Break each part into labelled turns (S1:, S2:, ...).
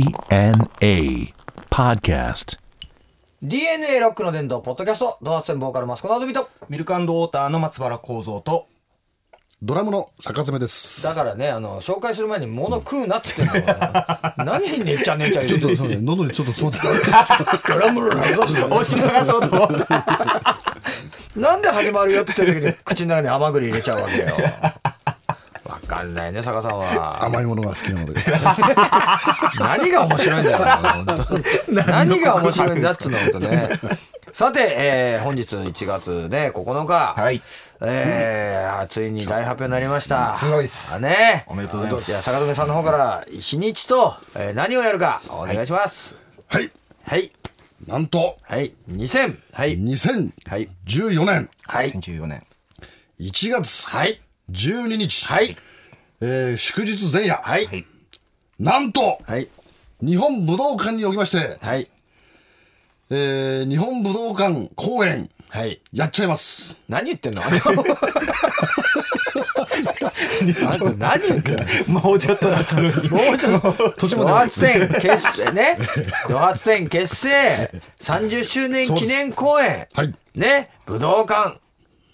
S1: DNA Podcast.
S2: DNA ロックの伝道ポッドキャストドアステンボーカルマスコのドビト
S3: ミルクウォーターの松原幸三と、
S4: ドラムの坂爪です。
S2: だからねあの紹介する前に物食うなっつってんの 何ねちゃねちゃ
S4: ちょ
S2: 言
S4: っ
S2: う
S4: とそうね、喉にちょっと詰まって
S2: ドラムロールどうする
S3: 押し流そうと思って。
S2: なんで始まるよって言ってる時に口の中に甘栗入れちゃうわけよわかんないね坂さん
S4: た
S2: は
S4: 甘いものが好きなので。
S2: 何が面白いんだよ本当に何が面白いんだっつうのほんとねさて、えー本日1月ね9日、
S3: はい
S2: えーついに大発表になりました
S3: すごいっす
S2: あね
S3: おめでとうございます
S2: じゃあ坂留さんの方から日にちと、えー何をやるかお願いします
S4: はい。
S2: はい
S4: なんと、
S2: はい2000はいはい
S4: 2014年
S2: はい
S3: 2014年。
S4: 1月
S2: はい
S4: 12日、
S2: はい
S4: えー祝日前夜、
S2: はい
S3: い
S4: なんと、
S2: はい
S4: 日本武道館におきまして、
S2: はい
S4: えー日本武道館公演、
S2: はい
S4: やっちゃいます。
S2: 何言ってん のあんた何言ってんの
S3: もうちょっとだった のに。もうちょっと。
S4: 途中
S2: ド
S4: ま
S2: ハ
S4: で
S2: ツ店結成ね。ドハツ店結成30周年記念公演。
S4: はい
S2: ね。武道館。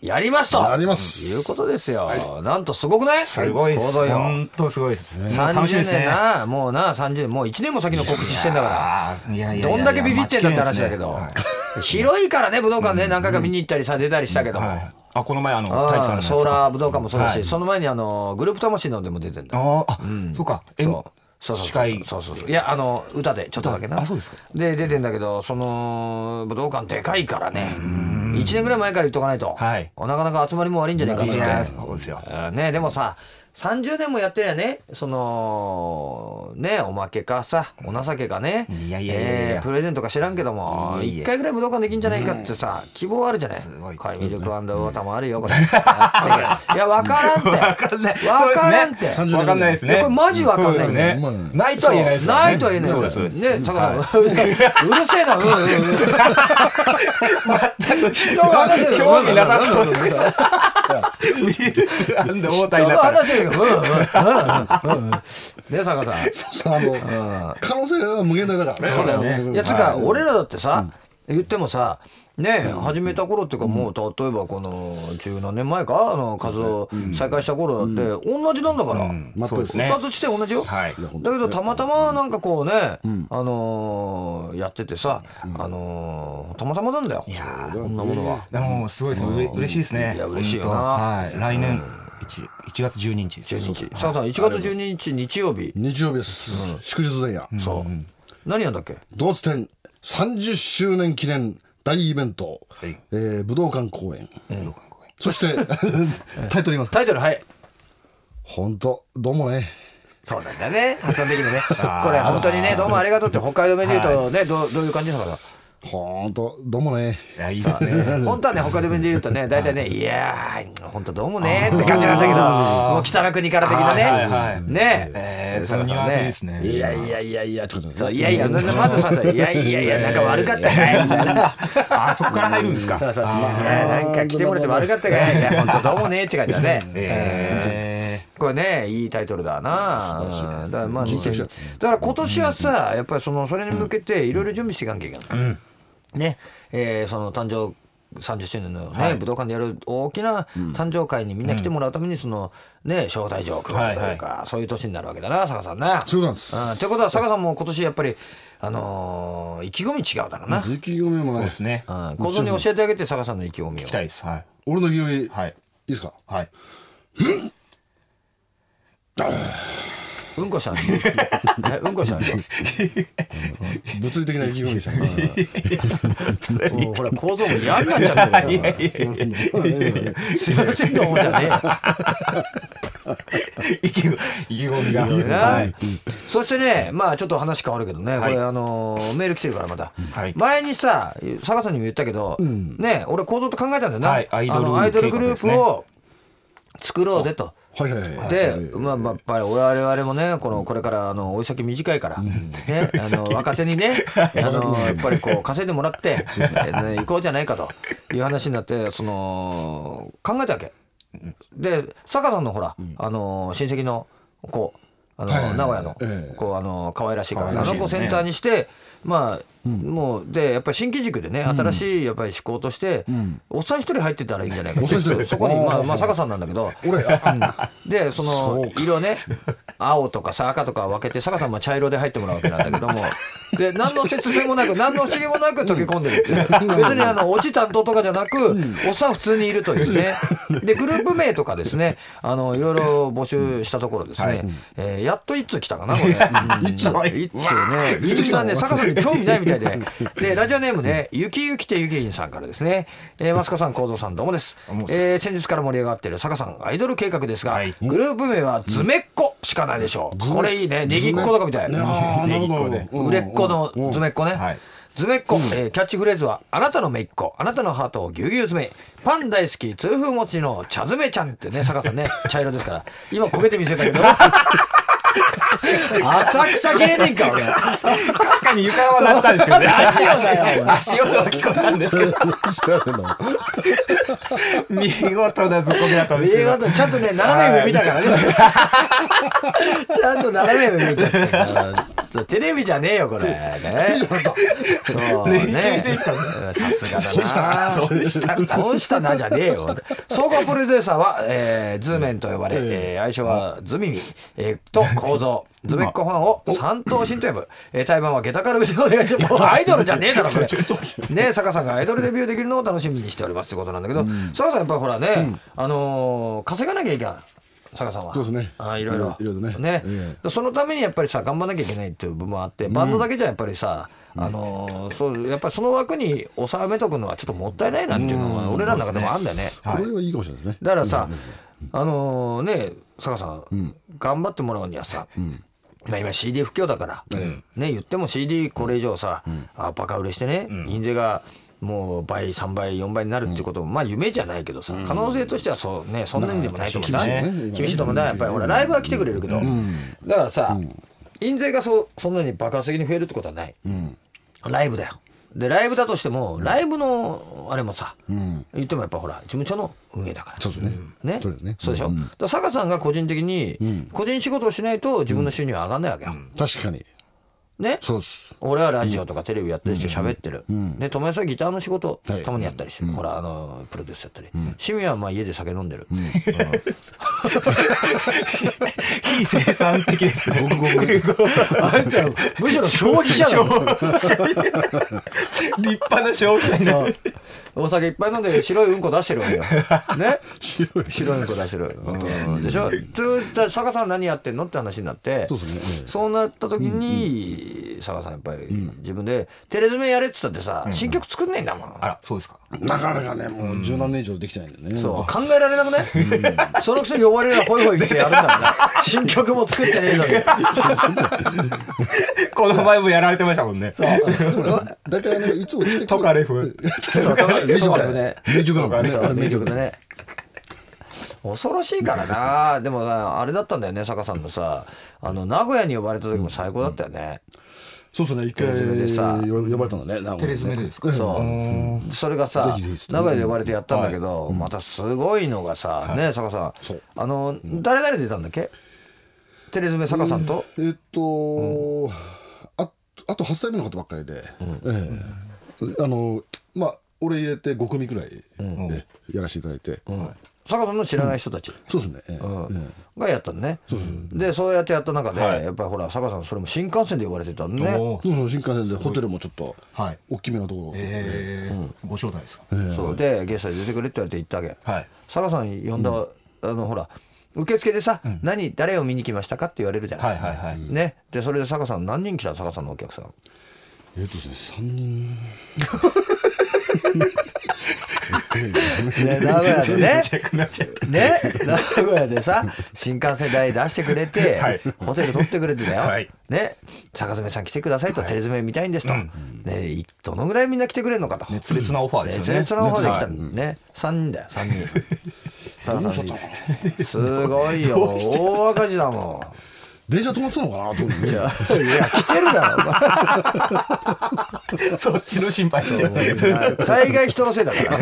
S2: やりますと。
S4: やります
S2: いうことですよ。なんとすごくない
S3: すごいっ
S2: 行
S3: す。
S2: 動よ
S3: ほんとすごいっす。もう楽し
S2: 30
S3: みです
S2: 年
S3: ね。
S2: な、もうな、30年、もう1年も先の告知してんだから。
S3: あーいやいやいや
S2: どんだけビビってんだって
S3: 待
S2: 話
S3: ちき
S2: だ
S3: れ
S2: け
S3: ないですね
S2: ど
S3: はい。
S2: 広いからね、武道館ね、何回か見に行ったりさ、出たりしたけど。
S3: はいあ、この前、あの、
S2: あ
S3: 太一さんの
S2: あ
S3: やつ
S2: ソーラー武道館もそうだ
S3: はい
S2: し、その前にあの、グループ魂のでも出てんだ。
S3: あーあ、そうか。え
S2: そう。そうそう
S3: 司
S2: そう
S3: 会。
S2: そうそうそういやあの歌でちょっとだけな
S3: あそうですか
S2: で出てんだけどその武道館でかいからね1年ぐらい前から言っとかないと、
S3: はい
S2: なかなか集まりも悪いんじゃないか
S3: い
S2: な
S3: や、
S2: って
S3: そうですよ。
S2: あーねでもさ30年もやってりゃねそのねおまけかさお情けかね
S3: いやいやいやいや
S2: えープレゼントか知らんけども
S3: いえいえ
S2: 1回ぐらい武道館できんじゃないかってさ希望あるじゃない
S3: ごい
S2: これミルクウォーターもあるよこれ いや分からんって
S3: わかんない。
S2: 分からんって
S3: そうですねわかんないです
S2: い
S3: ね。
S2: やこれマジわかんない
S3: そうですね
S4: うまい
S3: ないとは言えないですからね
S2: ないとは言えない
S3: そうです。そうです
S2: ね、坂さん、うるせえな、うんうんうん。人が話せるよ
S3: 興味なさそうですけど。ミルク大谷だ
S2: 人が
S3: から。
S2: 話せるよ、うんうんうんうんうん。ね、坂さん。
S4: そう そう、あの、可能性は無限大だからね。
S2: そうだ
S3: だ
S2: よ
S3: ね
S2: いやつうか俺らだってさ、言ってもさねえ始めた頃っていうかもう例えばこの十何年前かあの活動再開した頃だって同じなんだから。
S4: 全くです
S3: ね
S2: 復活して同じよ、
S3: はい
S2: だけどたまたまなんかこうね、あのーやっててさ、あのーたまたまなんだよこんなものは
S3: でもすごいですね、うれ嬉しいですね。
S2: いや嬉しいよな
S3: 本当はい、来年一一月十二日です。
S2: 12日佐藤さん1月12日日曜日
S4: 日曜日です。祝日前夜。
S2: そう、何なんだっけ
S4: 同地点30周年記念大イベント、
S3: い
S4: えー武道館公演、そして タイトル言いますか
S2: タイトルはい
S4: 本当どうもね
S2: そうなんだね発散できるね これ本当にねどうもありがとうって北海道弁で言うとね、どうどういう感じなのかな
S4: 本当どうもね
S3: いやいいですね。
S2: 本当はね、他の弁で言うと ね、大体ね、いやー、本当どうもねって感じなんだけど、もう北の国から的な
S3: はいはいはい
S2: ね、ね
S3: えー
S2: そう
S3: そのニュアンスいいですね
S2: いやいやいやいや、ちょっと、そういやいや、まずまずさ、いやいやいや、なんか悪かったかいみたい な。
S3: あそこから入るんですか。
S2: そうそう、いやなんか来てもらって悪かったかい、いや、本当どうもねって感じだ ね。
S3: え
S2: これねいいタイトルだなうんだからまあ2000だから今年はさやっぱりそのそれに向けていろいろ準備していかなきゃいけない、ねえーその誕生30周年の、ね武道館でやる大きな誕生会にみんな来てもらうためにその、ね、招待状を配るというか、そういう年になるわけだな坂さんな。
S4: そうなんです
S2: うんということは坂さんも今年やっぱり、あのー意気込み違うだろうな、
S4: 意気込み
S3: ー、そ
S4: も
S3: う
S4: ね
S3: ですね。行
S2: うん、小僧に教えてあげて坂さんの意気込みを
S3: き。たいです。はい
S4: 俺の意気込み、、
S3: はいい
S4: いですか
S3: はい。
S2: うんこしたのえうんこしたの
S4: 物理的な意気込みで した
S2: もうほら構造も嫌になっちゃったから。幸せと思うじゃね
S3: 意気込み意気込みが。
S2: えよ
S3: は。。
S2: ないそしてね、まあちょっと話変わるけどね、こ
S3: はい
S2: れあのーメール来てるからまた
S3: はい。
S2: 前にさ、坂さんにも言ったけど、ね、俺構造と考えたんだよな
S3: はい。アイド
S2: あ
S3: ル
S2: のアイドルグループ
S3: 計画
S2: を作ろうぜと。
S4: はいはいはい
S2: で、まあ、まあ、やっぱり我々もね、この、これから、あの、お先短いから、ね、あ の、若手にね、あの、やっぱりこう、稼いでもらって、ね行こうじゃないかという話になって、その、考えたわけ。で、坂さんのほら、あの、親戚の子、あの、
S4: はいはい
S2: 名古屋の、
S4: ええ
S2: こうあの可愛らしいから、
S3: 可
S2: あ
S3: 愛らし
S2: の
S3: い
S2: 子
S3: ですね
S2: センターにしてまあ、もうでやっぱり新規軸でね新しいやっぱり思考として、おっさん一人入ってたらいいんじゃないか
S4: おっさん一人
S2: そこに
S4: あー
S2: まあまあ坂さんなんだけど
S4: 俺、あ
S2: でその色ね青とかさ赤とか分けて坂さんも茶色で入ってもらうわけなんだけどもで何の説明もなく何の不思議もなく溶け込んでるっていう別にあのおじ担当とかじゃなく、おっさん普通にいるというねでグループ名とかですねあのいろいろ募集したところですね、えーやっと一通来たかなこれ一通一通ねみんなね坂さんに興味ないみたいででラジオネームねゆきゆきてゆきりんさんからですね、えー、マスカさん幸三さんどうもです
S3: どうもです
S2: えー先日から盛り上がっている坂さんアイドル計画ですが、
S3: はい
S2: グループ名はズメッコしかないでしょう、
S4: メ
S2: これいいねネギっ子とかみたい、
S4: あ、なるほど。うん
S2: 売れっ子のズメッコね、
S3: はい
S2: ズメッコ、えーキャッチフレーズは「あなたのめいっ子あなたのハートをぎゅうぎゅう詰めパン大好き痛風持ちの茶詰めちゃん」ってね坂さんね茶色ですから今焦げてみせたけど浅草芸人か俺
S3: かすかに床は鳴ったんですけどね。
S2: ラジオだよ
S3: 足音は聞こえたんですけど、 見事なズコミだったんです
S2: 映
S3: け
S2: 画
S3: ど。
S2: だちゃんとね斜め上見たからねちゃんと斜め上見ちゃってテレビじゃねえよこれねそうね
S3: 練習してきたね
S2: さすがだな
S4: そ う
S2: 損したなじゃねえよ総合プロデューサーは、えーズーメンと呼ばれ、えー愛称はズミミ、えーと構造ズメッコファンを三頭身と呼ぶ、えー、対バンは下駄から腕をお願いしますもうアイドルじゃねえだろこれね坂さんがアイドルデビューできるのを楽しみにしておりますってことなんだけど、坂さんやっぱりほらね、あのー稼がなきゃいけない坂さんは
S4: そうですね
S2: あーいろいろ
S4: いろいろねえ
S2: そのためにやっぱりさ頑張らなきゃいけないっていう部分もあってバンドだけじゃやっぱりさ、あのーそうやっぱりその枠に収めとくのはちょっともったいないなっていうのは俺らの中でもあんだよね。
S4: これはいいかもしれないですね。
S2: だからさ、あのーね坂さん、頑張ってもらうにはさ、まあ、今 CD 不況だから、ね、言っても CD これ以上さ、あバカ売れしてね、印税がもう倍3倍4倍になるってことも、まあ夢じゃないけどさ、可能性としてはそうねそんなにでもないと思うな
S4: まあ
S2: 厳
S4: 厳しいよね
S2: しい厳しいと思うなやっぱりほらライブは来てくれるけど、だからさ、印税がそうそんなに爆発的に増えるってことはない。ライブだよ。でライブだとしても、ライブのあれもさ、言ってもやっぱほら事務所の運営だから
S4: そうですね。
S2: ね、
S4: そうですね
S2: でしょ、だから坂さんが個人的に、個人仕事をしないと自分の収入は上がんないわけよ、
S4: 確かに。
S2: ね
S4: そうです。
S2: 俺はラジオとかテレビやってるし喋ってる、で友達はギターの仕事
S4: はい
S2: たまにやったりしてる、ほらあのプロデュースやったり、趣味はまあ家で酒飲んで る、
S3: 非生産的ですね。
S2: あいつはむしろ消費者だもん
S3: 立派な消費者になる
S2: お酒いっぱい飲んで白いうんこ出してるわけよ。ね
S4: 白い
S2: 白いうんこ出してる。うんでしょと言ったら坂さん何やってんのって話になって
S4: そうですねええ
S2: そうなった時に坂さんやっぱり自分でテレズメやれって言ったってさ新曲作んねえんだもん。
S3: あら、そうですか。
S4: なかなかね、もう十何年以上できてないんでね。
S2: そう考えられなくないそのくせに呼ばれればホイホイ言ってやるんだもんな新曲も作ってねえのに。
S3: この前もやられてましたもんね。
S4: 大体あのいつも来てくる
S3: トカレフ。
S2: そうトカレフトカレフね
S4: 名曲だもんね
S2: そう名曲だね恐ろしいからなでもなあれだったんだよね坂さんのさあの名古屋に呼ばれた時も最高だったよね、
S4: そうですね、一回
S2: テレビでさ
S4: 呼ばれたのね。名古屋ね
S3: テレズメでですか
S2: そうそれがさ
S4: ぜひぜひ
S2: 名古屋で呼ばれてやったんだけど、またすごいのがさね坂さん
S4: う
S2: あの誰々出たんだっけテレズメ坂さんと、
S4: えーっと、ああと初対面の方ばっかりで、ええあのまあ俺入れて5組くらい、ええやらせていただいて、
S2: 坂さんの知らない人たち、
S4: そうですね、ええええ
S2: がやったのねでそうやってやった中で、やっぱりほら坂さんそれも新幹線で呼ばれてたのね
S3: おー
S4: そうそう新幹線でホテルもちょっと
S3: はい
S4: 大きめなところ、
S3: えー、ご招待ですか。
S2: そうでゲストに出てくれって言われて行ったわけ、
S3: はい
S2: 坂さん呼んだ、あのほら受付でさ、何誰を見に来ましたかって言われるじゃない、
S3: はいはいはい。
S2: ね、でそれで坂さん何人来たの坂さんのお客さん
S4: えーっとですね3人
S2: ね名古 屋で
S3: め
S2: ね
S3: っちゃくなっちゃった。
S2: ね、名古屋でさ新幹線代出してくれて、
S3: はい
S2: ホテル取ってくれてだよ、
S3: はい
S2: ね坂爪さん来てくださいと、テレ詰め見たいんですと、ねいどのぐらいみんな来てくれるのかと、
S3: 熱烈なオファーですよ
S2: 熱
S3: ね。
S2: 烈な方で来た
S3: はい
S2: のね、三人だよ三人坂さんすごいよ大赤字だもん
S4: 電車止まってたのかなと思って
S2: いや、来てるだろお前
S3: そっちの心配 して
S2: 大概人のせいだ から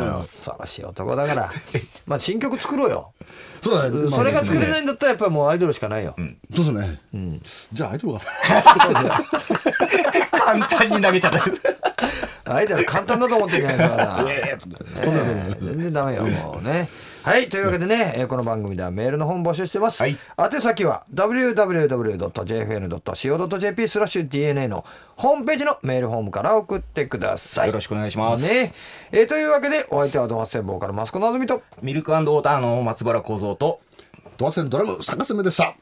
S2: ね恐ろしい男だからまあ新曲作ろうよ
S4: そうだね。まあ
S2: それが作れないんだったらやっぱりもうアイドルしかないよ、
S4: そうですね。じゃあアイドルか
S3: 簡単に投げち ゃった
S2: アイドル簡単だと思ってるんじゃないからな
S4: な。そんなの
S2: ね全然ダメよ、もうね。はい、というわけでね、えーこの番組ではメールの本募集してます。
S3: はい
S2: 宛先は www.jfn.co.jp スラッシュ DNA のホームページのメールフォームから送ってください。
S3: よろしくお願いします
S2: ねえーというわけで、お相手はドハセンボーからマスコのあずみと。
S3: ミルクウォーターの松原幸三と
S4: ドアセンドラム、逆攻めでした。